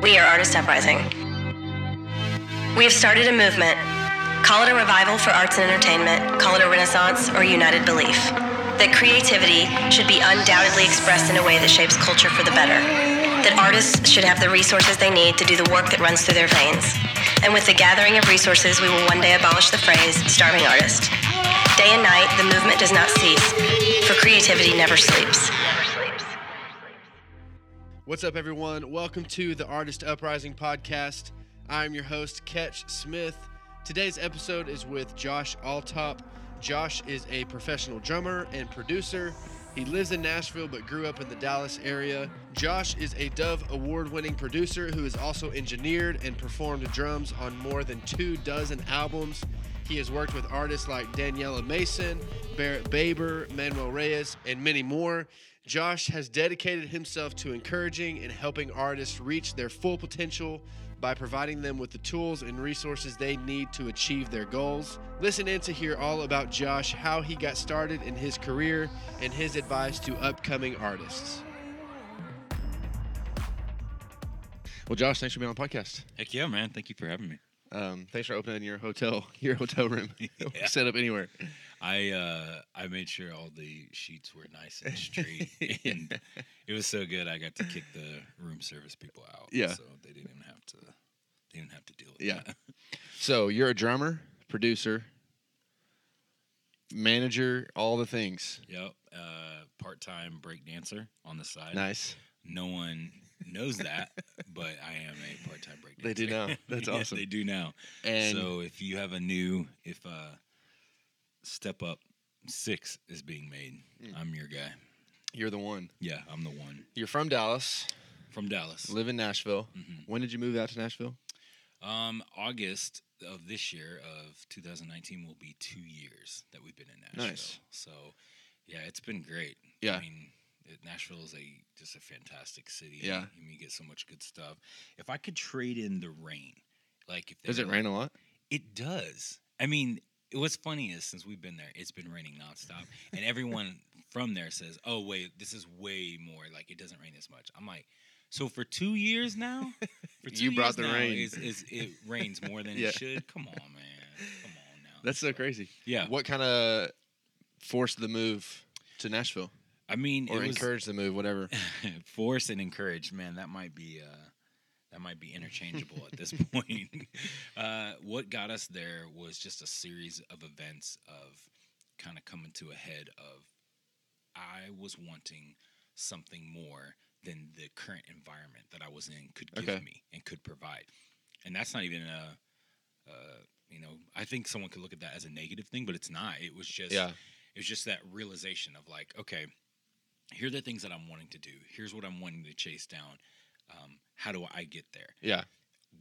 We are Artist Uprising. We have started a movement. Call it a revival for arts and entertainment, call it a renaissance or united belief that creativity should be undoubtedly expressed in a way that shapes culture for the better, that artists should have the resources they need to do the work that runs through their veins. And with the gathering of resources, we will one day abolish the phrase starving artist. Day and night, the movement does not cease, for creativity never sleeps. What's up, everyone? Welcome to the Artist Uprising podcast. I'm your host, Ketch Smith. Today's episode is with Josh Alltop. Josh is a professional drummer and producer. He lives in Nashville but grew up in the Dallas area. Josh is a Dove award winning producer who has also engineered and performed drums on more than two dozen albums. He has worked with artists like Daniela Mason, Barrett Baber, Manuel Reyes, and many more. Josh has dedicated himself to encouraging and helping artists reach their full potential by providing them with the tools and resources they need to achieve their goals. Listen in to hear all about Josh, how he got started in his career, and his advice to upcoming artists. Well, Josh, thanks for being on the podcast. Heck yeah, man. Thank you for having me. Um, thanks for opening your hotel, your hotel room, Yeah. set up anywhere. I uh I made sure all the sheets were nice and straight and it was so good I got to kick the room service people out. Yeah. So they didn't even have to they didn't have to deal with Yeah. that. So you're a drummer, producer, manager, all the things. Yep. Uh part time break dancer on the side. Nice. No one knows that, but I am a part time break dancer. They do now. That's Yeah, awesome. they do now. And so if you have a new if uh step up six is being made, Hmm. I'm your guy. you're the one. Yeah, I'm the one. You're from Dallas, From Dallas. live in Nashville. Mhm. When did you move out to Nashville? Um, August of this year of 2019 will be two years that we've been in Nashville. Nice. So, yeah, it's been great. Yeah. I mean, it, Nashville is a just a fantastic city. Yeah. I mean, you get so much good stuff. If I could trade in the rain, like if Does there- it rain a lot? It does. I mean, what's funny is since we've been there, it's been raining nonstop, and everyone from there says, "Oh wait, this is way more. Like it doesn't rain as much." I'm like, so for two years now, for two You brought years the now, rain. Is, is it rains more than Yeah. it should? Come on, man. Come on now. That's so crazy. yeah. What kind of forced the move to Nashville I mean, or it was encouraged the move, whatever? force and encourage. Man, that might be. Uh, that might be interchangeable at this point. Uh, what got us there was just a series of events of kind of coming to a head of I was wanting something more than the current environment that I was in could give Okay. me and could provide. And that's not even a, uh, you know, I think someone could look at that as a negative thing, but it's not. It was just, Yeah. it was just that realization of like, okay, here are the things that I'm wanting to do. Here's what I'm wanting to chase down. Um, how do I get there? Yeah.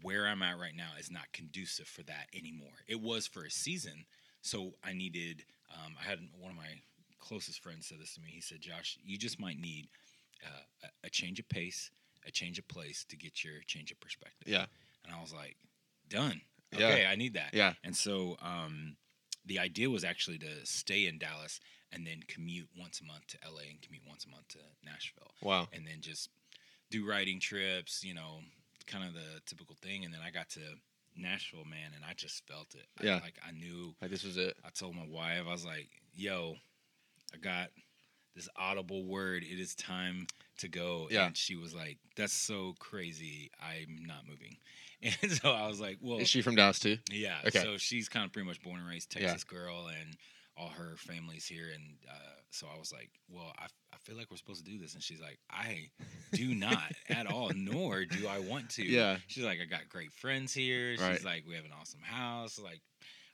where I'm at right now is not conducive for that anymore. It was for a season, so I needed. Um, I had one of my closest friends said this to me. He said, "Josh, you just might need uh, a, a change of pace, a change of place to get your change of perspective." Yeah. and I was like, "Done. Yeah. Okay, I need that." Yeah. And so um, the idea was actually to stay in Dallas and then commute once a month to LA and commute once a month to Nashville Wow. and then just do writing trips, you know, kind of the typical thing. And then I got to Nashville, man, and I just felt it. I- Yeah. like I knew. Like this was it. I told my wife, I was like, "Yo, I got this audible word. It is time to go." Yeah. And she was like, "That's so crazy. I'm not moving." And so I was like, "Well, Is she from Dallas too? yeah. Okay. So she's kind of pretty much born and raised Yeah. Texas girl, and all her family's here. And uh, so I was like, well, I, I feel like we're supposed to do this. And she's like, I do not at all, nor do I want to. Yeah. She's like, I got great friends here. She's Right. like, we have an awesome house. Like,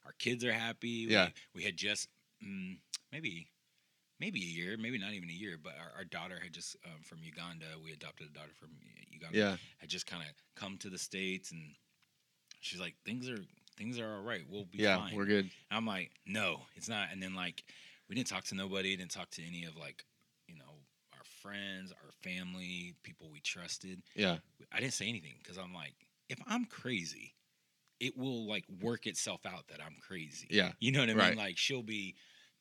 our kids are happy. Yeah. We, we had just mm, maybe. Maybe a year, maybe not even a year, but our, our daughter had just um, from Uganda. We adopted a daughter from uh, Uganda Yeah. had just kind of come to the states and she's like things are things are all right we'll be Yeah. fine We're good. i'm like no it's not and then like we didn't talk to nobody didn't talk to any of like you know our friends our family people we trusted Yeah. i didn't say anything because i'm like if i'm crazy it will like work itself out that i'm crazy Yeah. you know what I mean? Right. Like she'll be,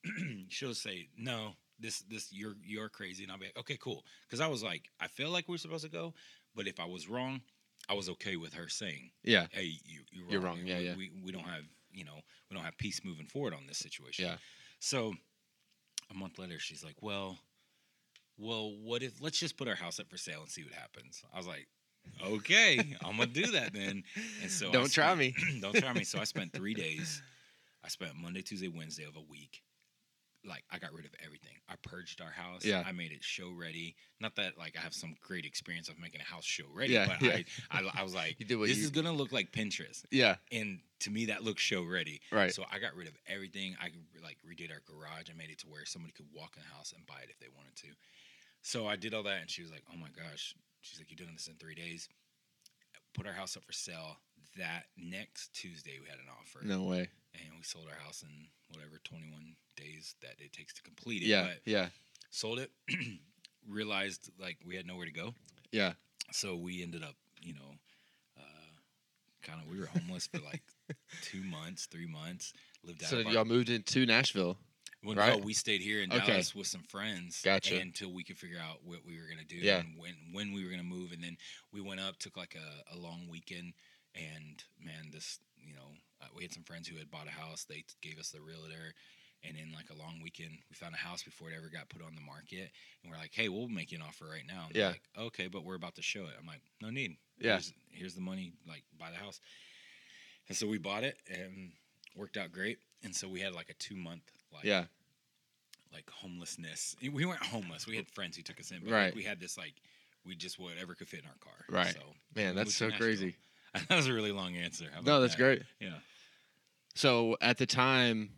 she'll say, "No, this this you're you're crazy," and I'll be like, "Okay, cool." Because I was like, I feel like we're supposed to go, But if I was wrong, I was okay with her saying, Yeah. "Hey, you, you're wrong. You're wrong, yeah, we, yeah. We, we don't have you know we don't have peace moving forward on this situation." Yeah. So a month later, she's like, "Well, well, what if let's just put our house up for sale and see what happens?" I was like, "Okay, I'm gonna do that then." And so I Don't try spent- me. don't try me. So I spent three days. I spent Monday, Tuesday, Wednesday of a week. Like I got rid of everything. I purged our house. Yeah. I made it show ready. Not that like I have some great experience of making a house show ready, Yeah, but yeah. I, I I was like, You did what this you- is gonna look like Pinterest, Yeah. and to me that looks show ready. Right. So I got rid of everything. I like redid our garage. I made it to where somebody could walk in the house and buy it if they wanted to. So I did all that, and she was like, "Oh my gosh!" She's like, "You're doing this in three days." Put our house up for sale. That next Tuesday, we had an offer No way. and we sold our house in whatever 21 days that it takes to complete it. Yeah. But Yeah. sold it, realized like we had nowhere to go. Yeah. So we ended up, you know, uh, kind of, we were homeless for like two months, three months. Lived out So of our, y'all moved into Nashville. well, right? no, oh, we stayed here in Okay. Dallas with some friends Gotcha. until we could figure out what we were going to do Yeah. and when, when we were going to move. And then we went up, took like a, a long weekend. And man, this, you know, uh, we had some friends who had bought a house. They t- gave us the realtor. And in like a long weekend, we found a house before it ever got put on the market. And we're like, hey, we'll make you an offer right now. And they're Yeah. Like, okay, but we're about to show it. I'm like, no need. Yeah. Here's, here's the money. Like, buy the house. And so we bought it and worked out great. And so we had like a two month, like, Yeah. like homelessness. We weren't homeless. We had friends who took us in, but Right. like, we had this like we just whatever could fit in our car. Right. So Man, we that's moved so to Nashville. crazy. that was a really long answer. No, How about that's that? great. Yeah. So at the time,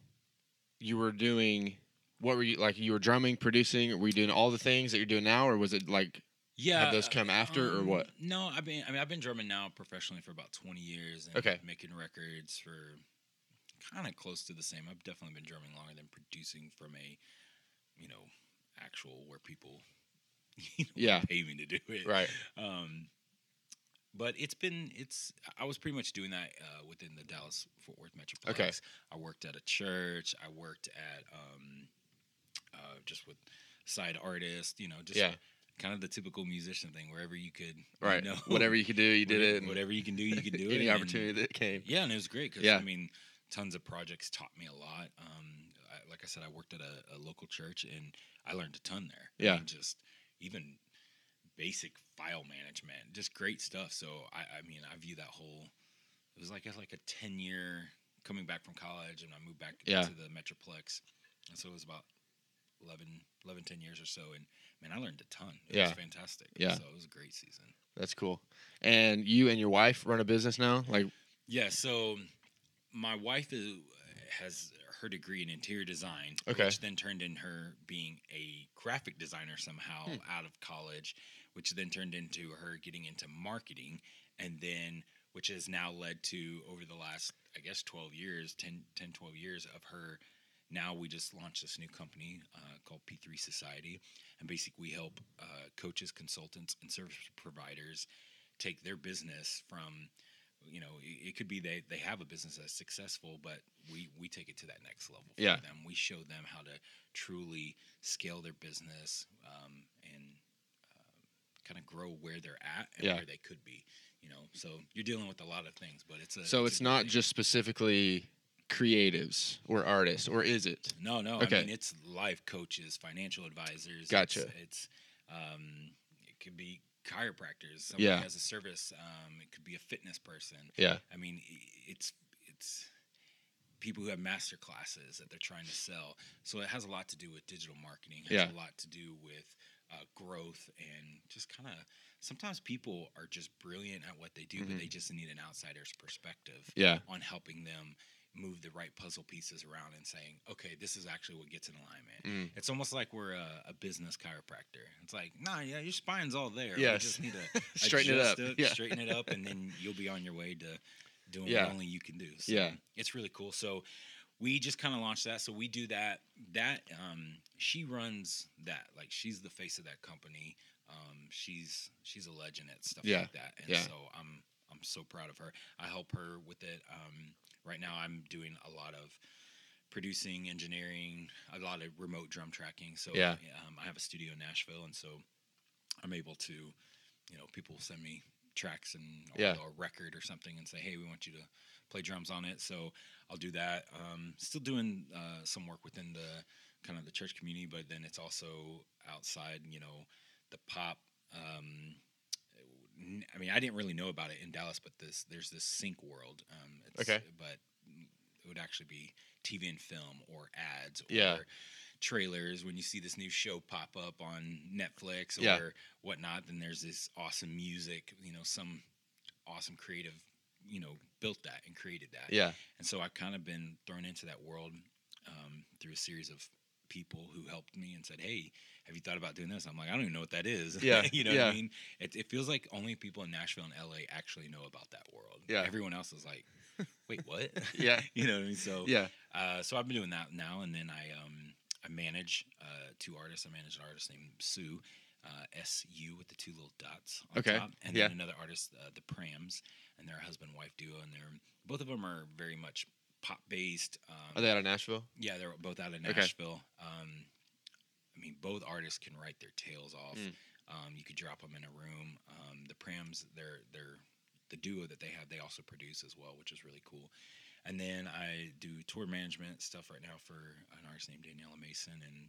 you were doing what were you like? You were drumming, producing. Were you doing all the things that you're doing now, or was it like Yeah. um, those come after or what? No, I've been. I mean, I've been drumming now professionally for about twenty years. And Okay. Making records for kind of close to the same. I've definitely been drumming longer than producing from a, you know, actual where people you know, Yeah. pay me to do it. right? Um, but it's been it's I was pretty much doing that uh, within the Dallas Fort Worth metroplex. Okay. I worked at a church. I worked at um, uh, just with side artists. You know, just Yeah. kind of the typical musician thing. Wherever you could, Right. You know, Whatever you could do, you did whatever- it. and Whatever you can do, you can do it. Any and- opportunity that came. yeah, and it was great because Yeah. I mean, tons of projects taught me a lot. Um, I, like I said, I worked at a, a local church and I learned a ton there. I Yeah. mean, just even basic file management, just great stuff. So I, I mean, I view that whole. It was like a, like a ten year coming back from college, and I moved back Yeah. to the Metroplex, and so it was about 11, 11 10 years or so. And man, I learned a ton. It Yeah. was fantastic. Yeah. so it was a great season. That's cool. And you and your wife run a business now, like Yeah, so my wife is, has her degree in interior design, Okay. which then turned in her being a graphic designer somehow out of college, which then turned into her getting into marketing, and then which has now led to over the last, I guess, 12 years, 10, 10 12 years of her. Now we just launched this new company uh, called P3 Society, and basically we help uh, coaches, consultants, and service providers take their business from you know it, it could be they, they have a business that's successful but we we take it to that next level for Yeah. them we show them how to truly scale their business um, and uh, kind of grow where they're at and Yeah. where they could be you know so you're dealing with a lot of things but it's a so a it's good not thing. just specifically creatives or artists, or is it? No, no. Okay. I mean, it's life coaches, financial advisors. Gotcha. It's, it's um, it could be chiropractors. Somebody Yeah. has a service. Um, it could be a fitness person. Yeah, I mean, i- it's it's people who have master classes that they're trying to sell. So it has a lot to do with digital marketing. It has Yeah. a lot to do with uh, growth and just kind of. Sometimes people are just brilliant at what they do, Mhm. but they just need an outsider's perspective yeah, on helping them move the right puzzle pieces around and saying, okay, this is actually what gets in alignment. Mm. It's almost like we're a, a business chiropractor. It's like, nah, yeah, your spine's all Yes. there. We just need to Straighten it adjust up. Yeah. straighten it up, and then you'll be on your way to doing Yeah. what only you can do. So Yeah. it's really cool. So we just kind of launched that. So we do that. That um, she runs that. Like she's the face of that company. Um, she's she's a legend at stuff Yeah. like that. And Yeah. so I'm I'm so proud of her. I help her with it. Um, right now I'm doing a lot of producing, engineering, a lot of remote drum tracking. So Yeah. um, I have a studio in Nashville, and so I'm able to you know, people will send me tracks and or, Yeah. or a record or something and say, hey, we want you to play drums on it. So I'll do that. Um, still doing uh, some work within the kind of the church community, but then it's also outside, you know, the pop. Um, n- I mean, I didn't really know about it in Dallas, but this there's this sync world. Um, it's, Okay. But it would actually be TV and film or ads or Yeah. trailers when you see this new show pop up on Netflix or Yeah. whatnot. Then there's this awesome music, you know, some awesome creative, you know, built that and created that. Yeah. And so I've kind of been thrown into that world um, through a series of people who helped me and said, "Hey, have you thought about doing this?" I'm like, "I don't even know what that is." Yeah, you know yeah. what I mean? It, it feels like only people in Nashville and LA actually know about that world. Yeah. everyone else is like, "Wait, what?" Yeah. you know what I mean? So Yeah. uh, so I've been doing that now, and then I um, I manage uh, two artists. I manage an artist named Sue, uh, S U with the two little dots on Okay, top, and yeah. then another artist, uh, the Prams, and they're a husband wife duo, and they're both of them are very much pop based. Are Um, they out of Nashville? yeah, they're both out of Okay. Nashville. Um, I mean, both artists can write their tails off. Mm. Um, you could drop them in a room. Um, the Prams, they're they're the duo that they have. They also produce as well, which is really cool. And then I do tour management stuff right now for an artist named Daniela Mason, and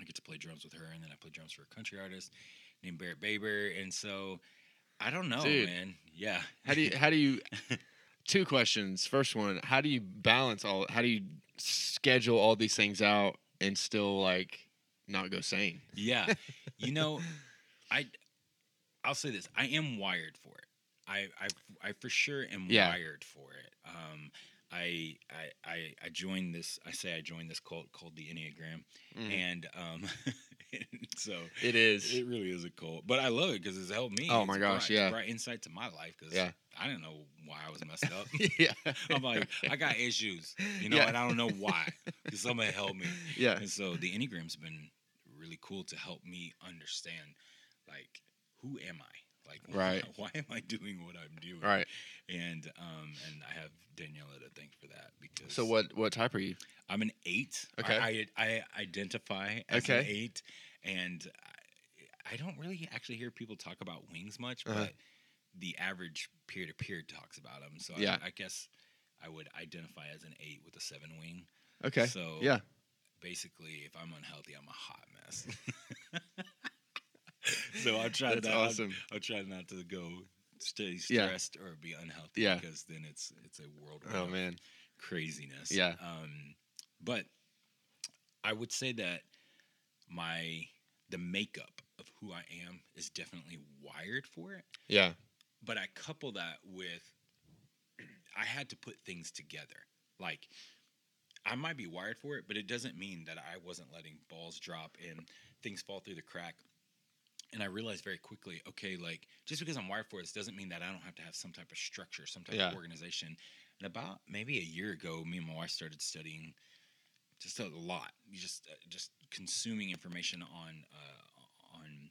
I get to play drums with her. And then I play drums for a country artist named Barrett Baber. And so I don't know, Dude. man. Yeah. How do you? How do you? Two questions. First one: How do you balance all? How do you schedule all these things out and still like not go sane? Yeah. You know, I I'll say this. I am wired for it. I I, I for sure am Yeah. wired for it. Um I, I I I joined this I say I joined this cult called the Enneagram. And um so It is. it really is a cult. But I love it because it's helped me. Oh It's my gosh, brought, yeah. It's brought insight to my life because Yeah. I didn't know why I was messed up. yeah. I'm like, I got issues, you know, Yeah. and I don't know why. Because somebody helped me. Yeah. And so the Enneagram's been really cool to help me understand, like, who am I? Like, why- Right. why, am I doing what I'm doing? All right. And um, and I have Daniela to thank for that because So what? What type are you? I'm an eight. I- Okay. I, I, identify as an Okay. eight, and I, I don't really actually hear people talk about wings much, Uh-huh. but the average peer to peer talks about them. So Yeah. I, I guess I would identify as an eight with a seven wing. Okay. So yeah. basically, if I'm unhealthy, I'm a hot mess. so I'm trying That's not, I'm- awesome. I'm, trying not to go stay Yeah. stressed or be unhealthy Yeah. because then it's it's a world. Oh of man. craziness. Yeah. Um, but I would say that my the makeup of who I am is definitely wired for it. Yeah. But I couple that with I had to put things together. Like I might be wired for it, but it doesn't mean that I wasn't letting balls drop and things fall through the crack. And I realized very quickly, okay, like just because I'm wired for this doesn't mean that I don't have to have some type of structure, some type Yeah. of organization. And about maybe a year ago, me and my wife started studying just a lot, just uh, just consuming information on uh, on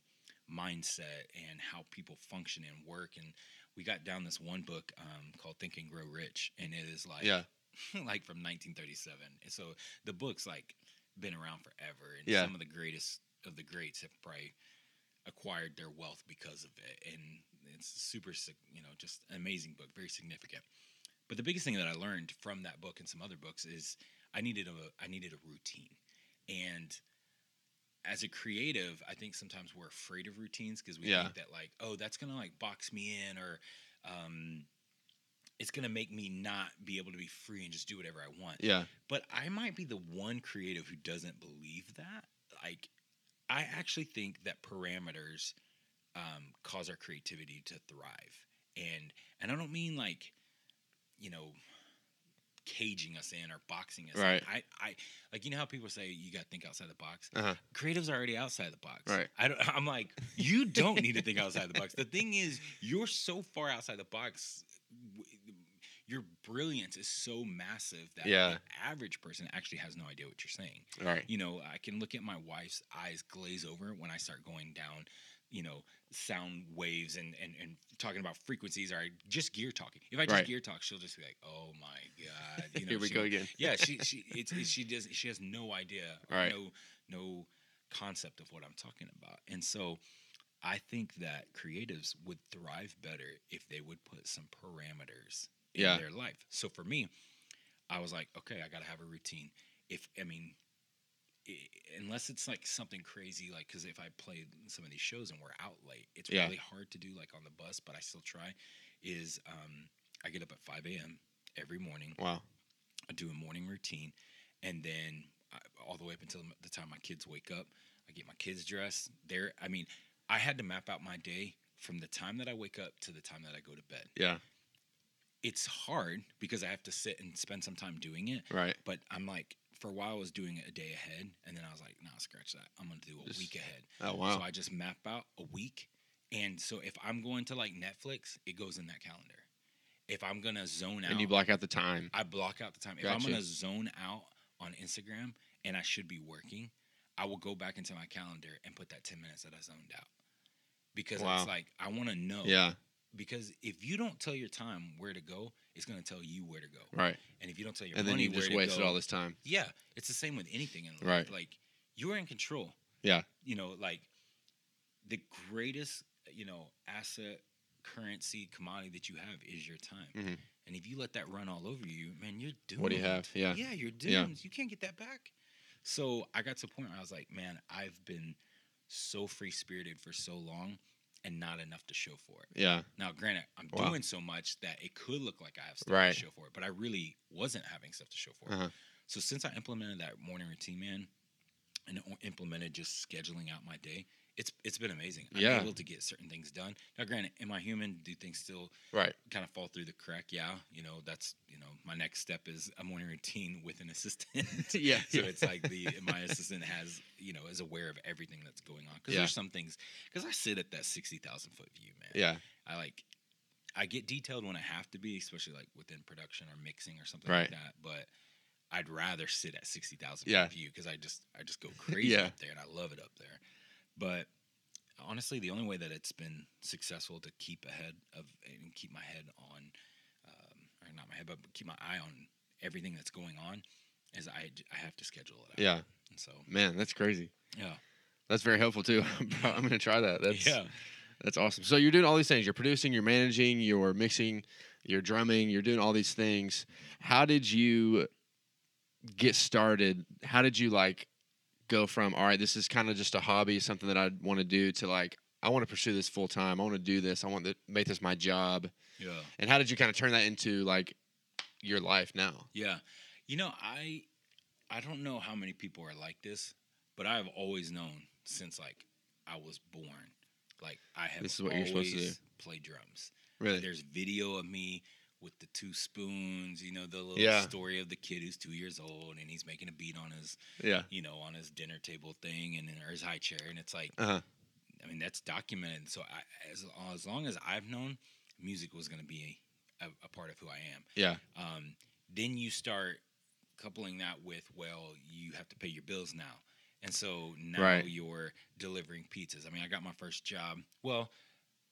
mindset and how people function and work. And we got down this one book um, called Think and Grow Rich, and it is like Yeah. like from 1937. And so the book's like been around forever, and Yeah. some of the greatest of the greats have probably acquired their wealth because of it. And it's super, sig- you know, just an amazing book, very significant. But the biggest thing that I learned from that book and some other books is I needed a I needed a routine, and as a creative, I think sometimes we're afraid of routines because we Yeah. think that like, oh, that's gonna like box me in, or um, it's gonna make me not be able to be free and just do whatever I want. Yeah. But I might be the one creative who doesn't believe that. Like, I actually think that parameters um, cause our creativity to thrive, and and I don't mean like, you know, caging us in or boxing us. in. Right. I I like you know how people say you got to think outside the box. Uh-huh. Creatives are already outside the box. Right. I don't, I'm like, you don't need to think outside the box. The thing is, you're so far outside the box. w- Your brilliance is so massive that Yeah. the average person actually has no idea what you're saying All right. you know i can look at my wife's eyes glaze over when i start going down you know sound waves and and, and talking about frequencies or just gear talking if i just Right. gear talk she'll just be like oh my god you know Here we she- go again. yeah she she it's, it's- she does she has no idea or Right. no no concept of what i'm talking about and so I think that creatives would thrive better if they would put some parameters in Yeah. their life. So for me, I was like, okay, I got to have a routine. If I mean, i- unless it's like something crazy, like because if I play some of these shows and we're out late, it's Yeah. really hard to do like on the bus, but I still try. Is um, I get up at five a.m. every morning. Wow. I do a morning routine, and then I, all the way up until the time my kids wake up, I get my kids dressed. There, I mean, I had to map out my day from the time that I wake up to the time that I go to bed. Yeah. It's hard because I have to sit and spend some time doing it. Right. But I'm like, for a while, I was doing it a day ahead, and then I was like, nah, scratch that. I'm gonna do a Just- week ahead. Oh wow. So I just map out a week. And so if I'm going to like Netflix, it goes in that calendar. If I'm gonna zone out, and you block out the time. I block out the time. If I'm Gotcha. gonna zone out on Instagram and I should be working, I will go back into my calendar and put that 10 minutes that I zoned out. Because Wow. it's like I wanna know. Yeah. Because if you don't tell your time where to go, it's gonna tell you where to go. Right. And if you don't tell your And then money you where just to wasted go, all this time. Yeah. It's the same with anything in life. Right. Like you're in control. Yeah. You know, like the greatest, you know, asset, currency, commodity that you have is your time. Mhm. And if you let that run all over you, man, you're doomed. What do you have? Yeah. Yeah, you're doomed. Yeah. You can't get that back. So I got to a point where I was like, man, I've been so free spirited for so long and not enough to show for it. Yeah. Now, granted, I'm Wow. doing so much that it could look like I have stuff Right. to show for it, but I really wasn't having stuff to show for it. Uh-huh. So since I implemented that morning routine, man, and o- implemented just scheduling out my day, it's it's been amazing. I'm Yeah. able to get certain things done. Now, granted, am I human? Do things still Right. kind of fall through the crack? Yeah, you know that's you know my next step is a morning routine with an assistant. Yeah. so it's like the my assistant has you know is aware of everything that's going on because Yeah. there's some things because I sit at that sixty thousand foot view, man. Yeah. I like I get detailed when I have to be, especially like within production or mixing or something Right. like that. But I'd rather sit at sixty thousand Yeah. view because I just I just go crazy Yeah. up there and I love it up there. But honestly, the only way that it's been successful to keep ahead of and keep my head on, um, or not my head, but keep my eye on everything that's going on, is I j- I have to schedule it out. Yeah. And so Man, that's crazy. yeah, That's very helpful too. I'm pro- I'm gonna try that. That's yeah, that's awesome. So you're doing all these things. You're producing. You're managing. You're mixing. You're drumming. You're doing all these things. How did you get started? How did you like go from all right, this is kind of just a hobby, something that I want to do, to like I want to pursue this full time. I want to do this. I want to make this my job. yeah. And how did you kind of turn that into like your life now? Yeah. You know, I I don't know how many people are like this, but I've always known since like I was born. Like I have This is what you're supposed to always played drums. Really? There's video of me with the two spoons, you know, the little Yeah. story of the kid who's two years old and he's making a beat on his, Yeah. you know, on his dinner table thing and or his high chair, and it's like, Uh huh. I mean, that's documented. So I, as as long as I've known, music was going to be a, a part of who I am Yeah. um, then you start coupling that with well you have to pay your bills now and so now Right. you're delivering pizzas i mean i got my first job well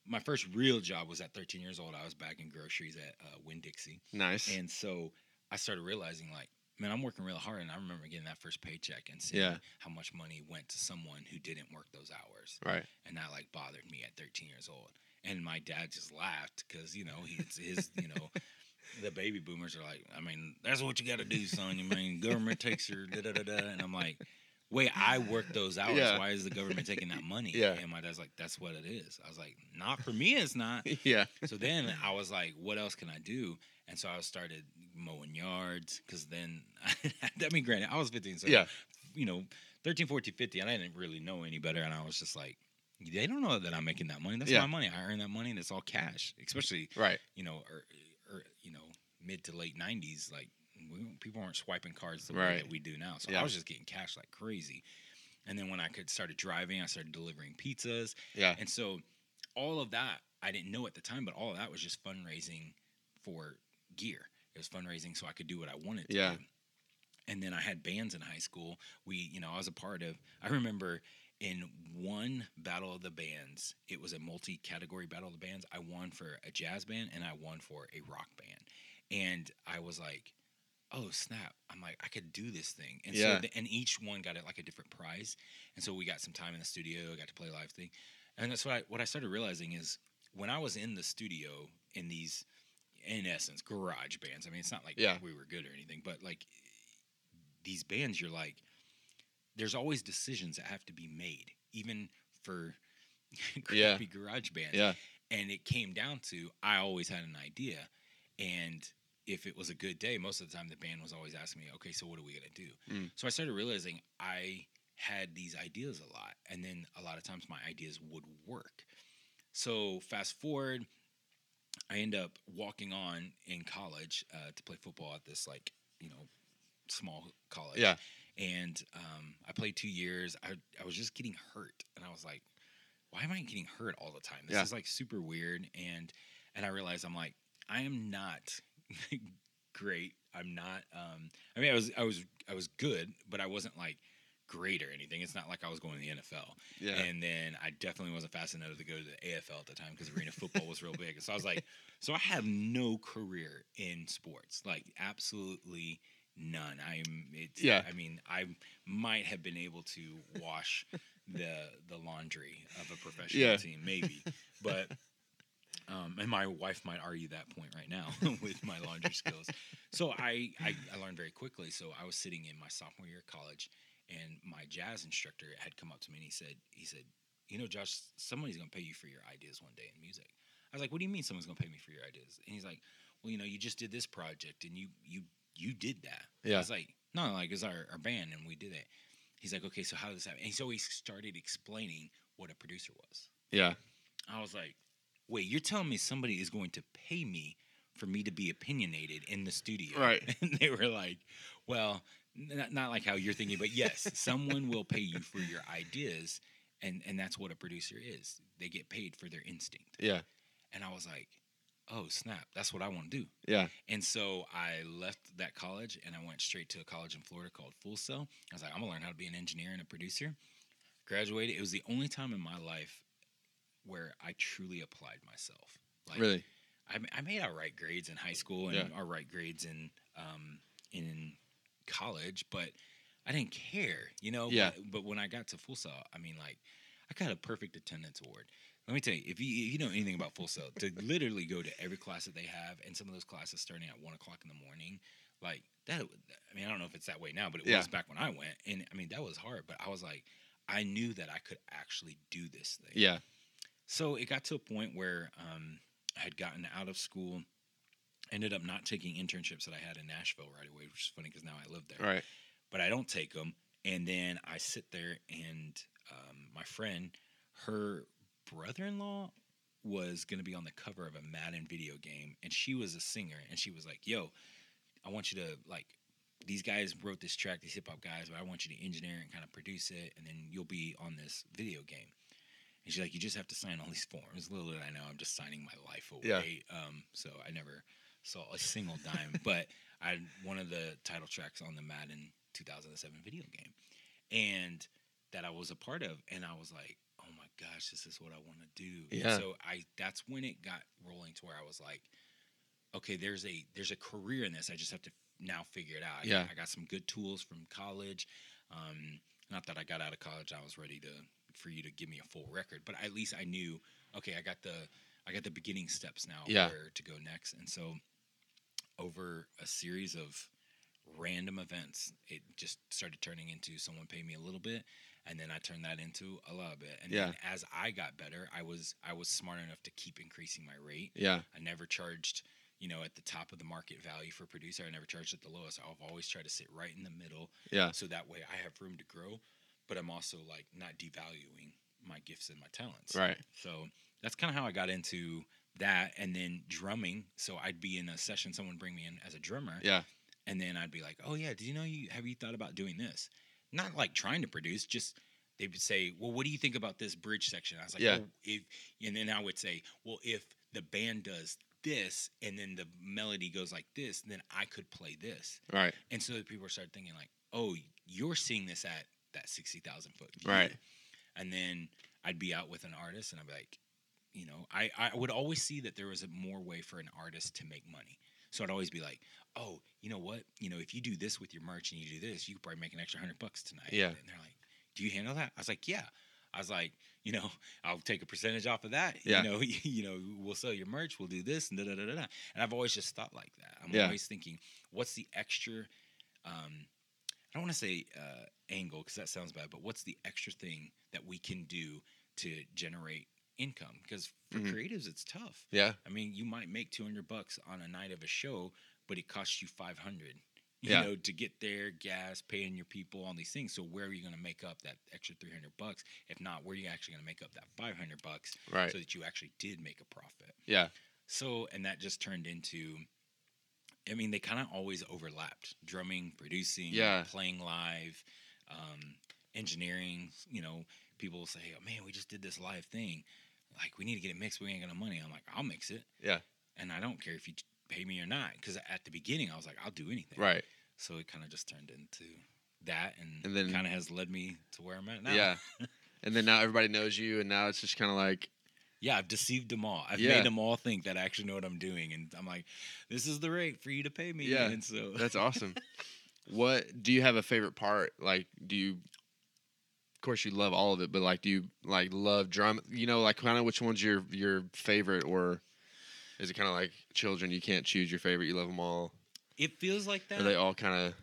my first real job was at 13 years old i was bagging groceries at uh, winn-dixie Nice. and so i started realizing like man i'm working real hard and i remember getting that first paycheck and seeing Yeah. how much money went to someone who didn't work those hours right. and that like bothered me at 13 years old. And my dad just laughed because you know he's his you know the baby boomers are like, I mean, that's what you got to do, son. You mean government takes your da da da da, and I'm like. Wait, I worked those hours. Yeah. Why is the government taking that money? Yeah. And my dad's like, that's what it is. I was like, not for me, it's not. yeah. So then I was like, what else can I do? And so I started mowing yards because then, I mean, granted, I was 15, so Yeah. you know, 13, 14, 50, and I didn't really know any better. And I was just like, they don't know that I'm making that money. That's Yeah. my money. I earn that money, and it's all cash. Especially, Right. you know, or, or you know, mid to late '90s, like we, people weren't swiping cards the way Right. that we do now. So Yeah. I was just getting cash like crazy. And then when I could started driving, I started delivering pizzas. Yeah. And so all of that I didn't know at the time, but all of that was just fundraising for gear. It was fundraising so I could do what I wanted to Yeah. do. And then I had bands in high school. We, you know, I was a part of I remember in one battle of the bands, it was a multi-category battle of the bands. I won for a jazz band and I won for a rock band. And I was like, oh snap. I'm like, I could do this thing. And Yeah. so the, and each one got it like a different prize. And so we got some time in the studio, got to play live thing. and that's why what I started realizing is when I was in the studio in these, in essence, garage bands. I mean, it's not like Yeah. we were good or anything, but like these bands, you're like, there's always decisions that have to be made, even for crappy Yeah. garage bands. Yeah. And it came down to I always had an idea, and if it was a good day, most of the time the band was always asking me, "Okay, so what are we gonna do?" Mm. So I started realizing I had these ideas a lot, and then a lot of times my ideas would work. So fast forward, I end up walking on in college uh, to play football at this like you know small college. Yeah. And um, I played two years. I I was just getting hurt, and I was like, "Why am I getting hurt all the time? This Yeah. is like super weird." And and I realized I'm like, I am not great. I'm not. Um, I mean, I was I was I was good, but I wasn't like great or anything. It's not like I was going to the NFL. Yeah. And then I definitely wasn't fast enough to go to the AFL at the time because arena football was real big. And so I was like, so I have no career in sports, like absolutely none. I'm, it's, Yeah. I mean, I might have been able to wash the the laundry of a professional Yeah. team, maybe, but. Um, and my wife might argue that point right now with my laundry skills. So I, I, I learned very quickly. So I was sitting in my sophomore year of college, and my jazz instructor had come up to me and he said, he said, you know, Josh, somebody's gonna pay you for your ideas one day in music. I was like, what do you mean someone's gonna pay me for your ideas? And he's like, well, you know, you just did this project and you you you did that. Yeah. I was like, no, like it's our, our band and we did it. He's like, okay, so how did this happen? And so he started explaining what a producer was. Yeah. I was like, wait, you're telling me somebody is going to pay me for me to be opinionated in the studio? Right. And they were like, well, not, not like how you're thinking, but yes, someone will pay you for your ideas. And, and that's what a producer is. They get paid for their instinct. Yeah. And I was like, oh, snap, that's what I want to do. Yeah. And so I left that college and I went straight to a college in Florida called Full Cell. I was like, I'm gonna learn how to be an engineer and a producer. Graduated. It was the only time in my life where I truly applied myself. Like, Really. I, I made all right grades in high school and Yeah. all right grades in um, in college, but I didn't care, you know. Yeah. But, but when I got to Full Sail, I mean, like, I got a perfect attendance award. Let me tell you, if you if you know anything about Full Sail, to literally go to every class that they have, and some of those classes starting at one o'clock in the morning, like that. I mean, I don't know if it's that way now, but it Yeah. was back when I went, and I mean that was hard. But I was like, I knew that I could actually do this thing. Yeah. So it got to a point where um, I had gotten out of school, ended up not taking internships that I had in Nashville right away, which is funny because now I live there. Right. But I don't take them. And then I sit there, and um, my friend, her brother in law, was going to be on the cover of a Madden video game, and she was a singer, and she was like, "Yo, I want you to like." These guys wrote this track, these hip hop guys, but I want you to engineer and kind of produce it, and then you'll be on this video game. And she's like, you just have to sign all these forms. Little did I know, I'm just signing my life away. Um, so I never saw a single dime, but I one of the title tracks on the Madden 2007 video game, and that I was a part of, and I was like, oh my gosh, this is what I want to do. And Yeah. So I that's when it got rolling to where I was like, okay, there's a there's a career in this. I just have to now figure it out. I- Yeah. I got some good tools from college. Um, not that I got out of college, I was ready to for you to give me a full record, but at least I knew okay, I got the I got the beginning steps now Yeah. where to go next. And so over a series of random events, it just started turning into someone paid me a little bit and then I turned that into a lot of bit. And Yeah. then as I got better, I was I was smart enough to keep increasing my rate. Yeah. I never charged, you know, at the top of the market value for producer. I never charged at the lowest. I've always tried to sit right in the middle. Yeah. So that way I have room to grow, but I'm also like not devaluing my gifts and my talents. Right. So that's kind of how I got into that. And then drumming. So I'd be in a session, someone would bring me in as a drummer. Yeah. And then I'd be like, oh, yeah, did you know you have you thought about doing this? Not like trying to produce, just they would say, well, what do you think about this bridge section? I was like, Yeah. well, if, and then I would say, well, if the band does this and then the melody goes like this, then I could play this. Right. And so the people started thinking, like, oh, you're seeing this at that 60,000 foot view. Right. And then I'd be out with an artist and I'd be like, you know, I, I would always see that there was a more way for an artist to make money. So I'd always be like, oh, you know what? You know, if you do this with your merch and you do this, you could probably make an extra hundred bucks tonight. Yeah. And they're like, do you handle that? I was like, yeah. I was like, you know, I'll take a percentage off of that. Yeah. You know, you know, we'll sell your merch, we'll do this, and da da da da. da. And I've always just thought like that. I'm Yeah. always thinking, what's the extra? Um, I don't want to say uh, angle because that sounds bad, but what's the extra thing that we can do to generate income? Because for Mhm. creatives, it's tough. Yeah. I mean, you might make 200 bucks on a night of a show, but it costs you 500, you Yeah. know, to get there, gas, paying your people, all these things. So where are you going to make up that extra 300 bucks? If not, where are you actually going to make up that 500 bucks Right. so that you actually did make a profit? yeah. So, and that just turned into, I mean, they kind of always overlapped drumming, producing, Yeah. playing live, um, engineering. You know, people will say, oh, man, we just did this live thing. Like, we need to get it mixed. We ain't got no money. I'm like, I'll mix it. Yeah. And I don't care if you pay me or not. Because at the beginning, I was like, I'll do anything. Right. So it kind of just turned into that. And, And then- kind of has led me to where I'm at now. Yeah. And then now everybody knows you, and now it's just kind of like, Yeah, I've deceived them all. I've Yeah. made them all think that I actually know what I'm doing, and I'm like, "This is the rate for you to pay me." Yeah, and so that's awesome. what do you have a favorite part? Like, do you? Of course, you love all of it, but like, do you like love drum? You know, like kind of which one's your your favorite, or is it kind of like children? You can't choose your favorite. You love them all. it feels like that. Are they all kind of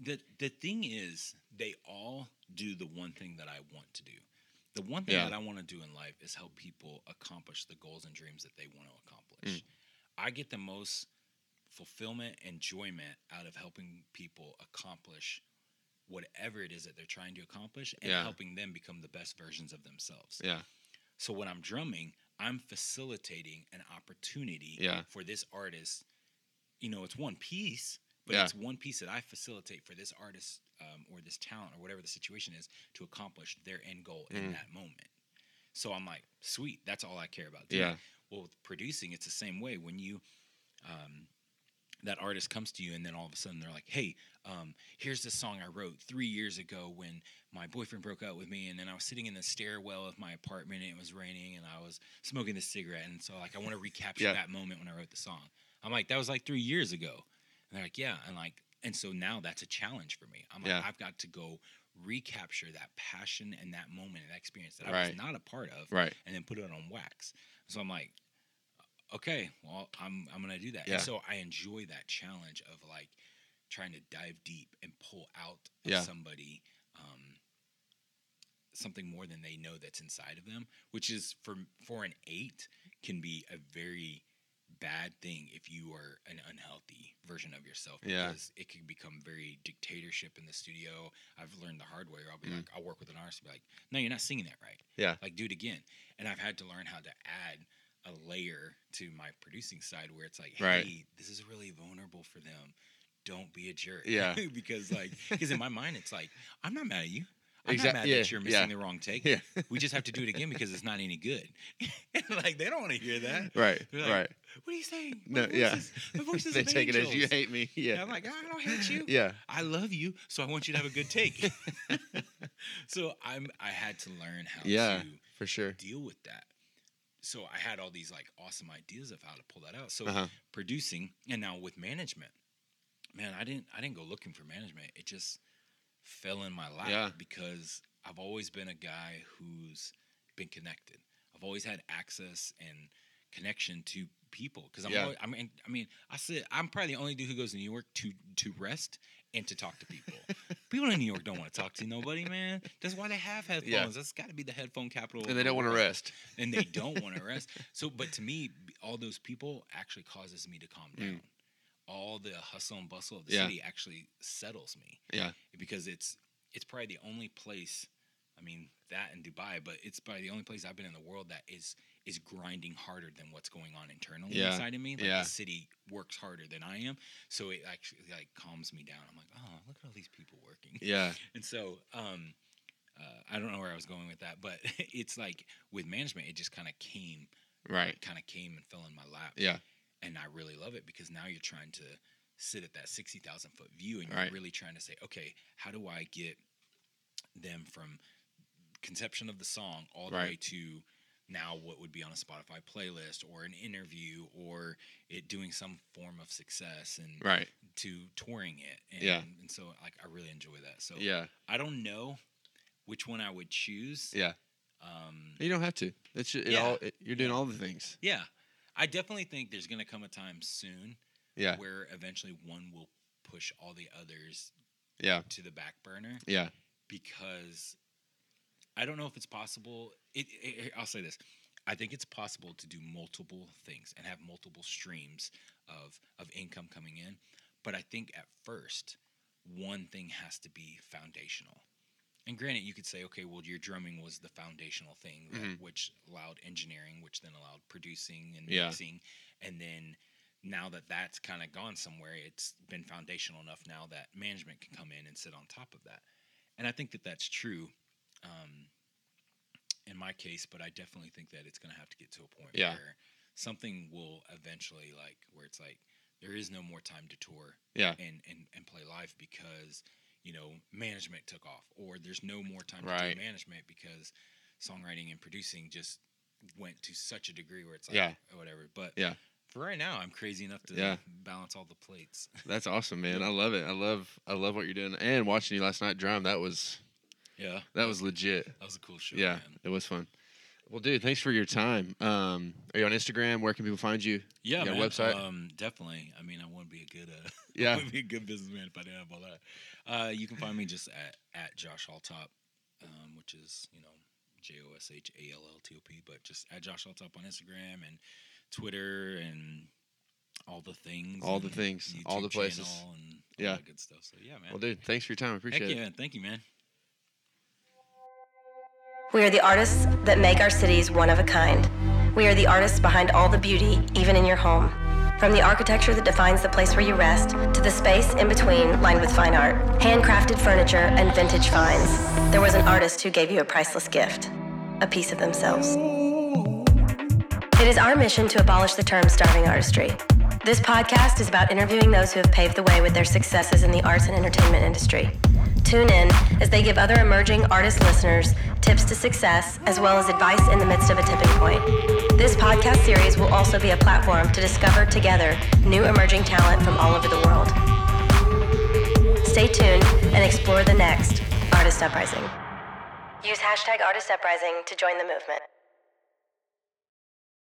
the the thing is, they all do the one thing that I want to do. The one thing Yeah. that I want to do in life is help people accomplish the goals and dreams that they want to Mm. accomplish. I get the most fulfillment, enjoyment out of helping people accomplish whatever it is that they're trying to accomplish and Yeah. helping them become the best versions of themselves. yeah, So when I'm drumming, I'm facilitating an opportunity Yeah. for this artist. You know, it's one piece, but Yeah. it's one piece that I facilitate for this artist um, or this talent or whatever the situation is to accomplish their end goal in Mm. that moment. So I'm like, sweet, that's all I care about. doing. yeah, Well, with producing, it's the same way. When you, um, that artist comes to you, and then all of a sudden they're like, "Hey, um, here's this song I wrote three years ago when my boyfriend broke up with me, and then I was sitting in the stairwell of my apartment, and it was raining, and I was smoking this cigarette, and so like I want to recapture Yeah. that moment when I wrote the song." I'm like, "That was like three years ago," and they're like, "Yeah," and like, and so now that's a challenge for me. I'm like, Yeah. "I've got to go." Recapture that passion and that moment and that experience that I Right. was not a part of, right, and then put it on wax. So I'm like, okay, well, I'm I'm gonna do that. Yeah. And so I enjoy that challenge of like trying to dive deep and pull out of Yeah. somebody um, something more than they know that's inside of them, which is for for an eight can be a very bad thing if you are an unhealthy version of yourself Yeah. because it can become very dictatorship in the studio. I've learned the hard way. I'll be Mm. like, I'll work with an artist and be like, no, you're not singing that right. Yeah. Like, do it again. And I've had to learn how to add a layer to my producing side where it's like, hey, Right. this is really vulnerable for them. Don't be a jerk. Yeah. because like, because in my mind, it's like, I'm not mad at you. I'm Exact- not mad yeah, that you're yeah. missing the wrong take. yeah, We just have to do it again because it's not any good. and like, they don't want to hear that. right, They're like, right. What are you saying? No, My voice yeah. is- my voice is they of take it as you angels." hate me. And Yeah, I'm like, "Oh, I don't hate you. yeah, I love you, so I want you to have a good take. so I'm I had to learn how Yeah. to for sure. deal with that. So I had all these like awesome ideas of how to pull that out. So Uh huh. producing and now with management, man, I didn't I didn't go looking for management. It just fell in my lap Yeah. because I've always been a guy who's been connected. I've always had access and connection to people because I'm Yeah. always, I mean I mean I said I'm probably the only dude who goes to New York to to rest and to talk to people. people in New York don't want to talk to nobody, man. That's why they have headphones. That's got to be the headphone capital. And they don't want to to rest. and they don't want to rest. So, but to me, b- all those people actually causes me to calm Mm. down. All the hustle and bustle of the Yeah. city actually settles me. Yeah. because it's it's probably the only place. I mean, that in Dubai, but it's probably the only place I've been in the world that is is grinding harder than what's going on internally Yeah. inside of me. Like Yeah. the city works harder than I am, so it actually like calms me down. I'm like, oh, look at all these people working. Yeah, And so, um, uh, I don't know where I was going with that, but it's like with management, it just kind of came, right. kind of came and fell in my lap. Yeah, And I really love it because now you're trying to sit at that 60,000 foot view and you're Right. really trying to say, okay, how do I get them from conception of the song all the Right. way to now what would be on a Spotify playlist or an interview or it doing some form of success and right. to touring it. And, Yeah. and so like, I really enjoy that. So Yeah, I don't know which one I would choose. Yeah. Um, You don't have to. That's ju- it Yeah. all. It, you're doing all the things. yeah, I definitely think there's going to come a time soon Yeah. where eventually one will push all the others Yeah. to the back burner Yeah. because I don't know if it's possible. It, it, it- I'll say this. I think it's possible to do multiple things and have multiple streams of of income coming in, but I think at first one thing has to be foundational. And granted, you could say, okay, well, your drumming was the foundational thing, that- Mhm. which allowed engineering, which then allowed producing and Yeah. mixing, and then now that that's kind of gone somewhere, it's been foundational enough now that management can come in and sit on top of that. And I think that that's true um, in my case, but I definitely think that it's going to have to get to a point Yeah. where something will eventually, like, where it's like, there is no more time to tour Yeah. and, and, and play live because, you know, management took off, or there's no more time to Right. do management because songwriting and producing just went to such a degree where it's like, Yeah. whatever. But Yeah. for right now, I'm crazy enough to Yeah. balance all the plates. That's awesome, man. I love it. I love. I love what you're doing. And watching you last night drum. That was. Yeah. That was legit. That was a cool show. Yeah. man. It was fun. Well, dude, thanks for your time. Um, are you on Instagram? Where can people find you? Yeah, You got a man. website? Um, definitely. I mean, I wouldn't be a good, uh, I Yeah. wouldn't be a good businessman if I didn't have all that. Uh, you can find me just at at Josh Alltop, um, which is you know J O S H A L L T O P, but just at Josh Alltop on Instagram and Twitter and all the things, All the and things, all the YouTube places. channel and all Yeah. that good stuff. So yeah, man. Well, dude, thanks for your time. I Heck appreciate it. yeah, thank you, man. We are the artists that make our cities one of a kind. We are the artists behind all the beauty, even in your home. From the architecture that defines the place where you rest, to the space in between lined with fine art, handcrafted furniture, and vintage finds, there was an artist who gave you a priceless gift a piece of themselves. It is our mission to abolish the term starving artistry. This podcast is about interviewing those who have paved the way with their successes in the arts and entertainment industry. Tune in as they give other emerging artist listeners tips to success as well as advice in the midst of a tipping point. This podcast series will also be a platform to discover together new emerging talent from all over the world. Stay tuned and explore the next Artist Uprising. Use hashtag Artist Uprising to join the movement.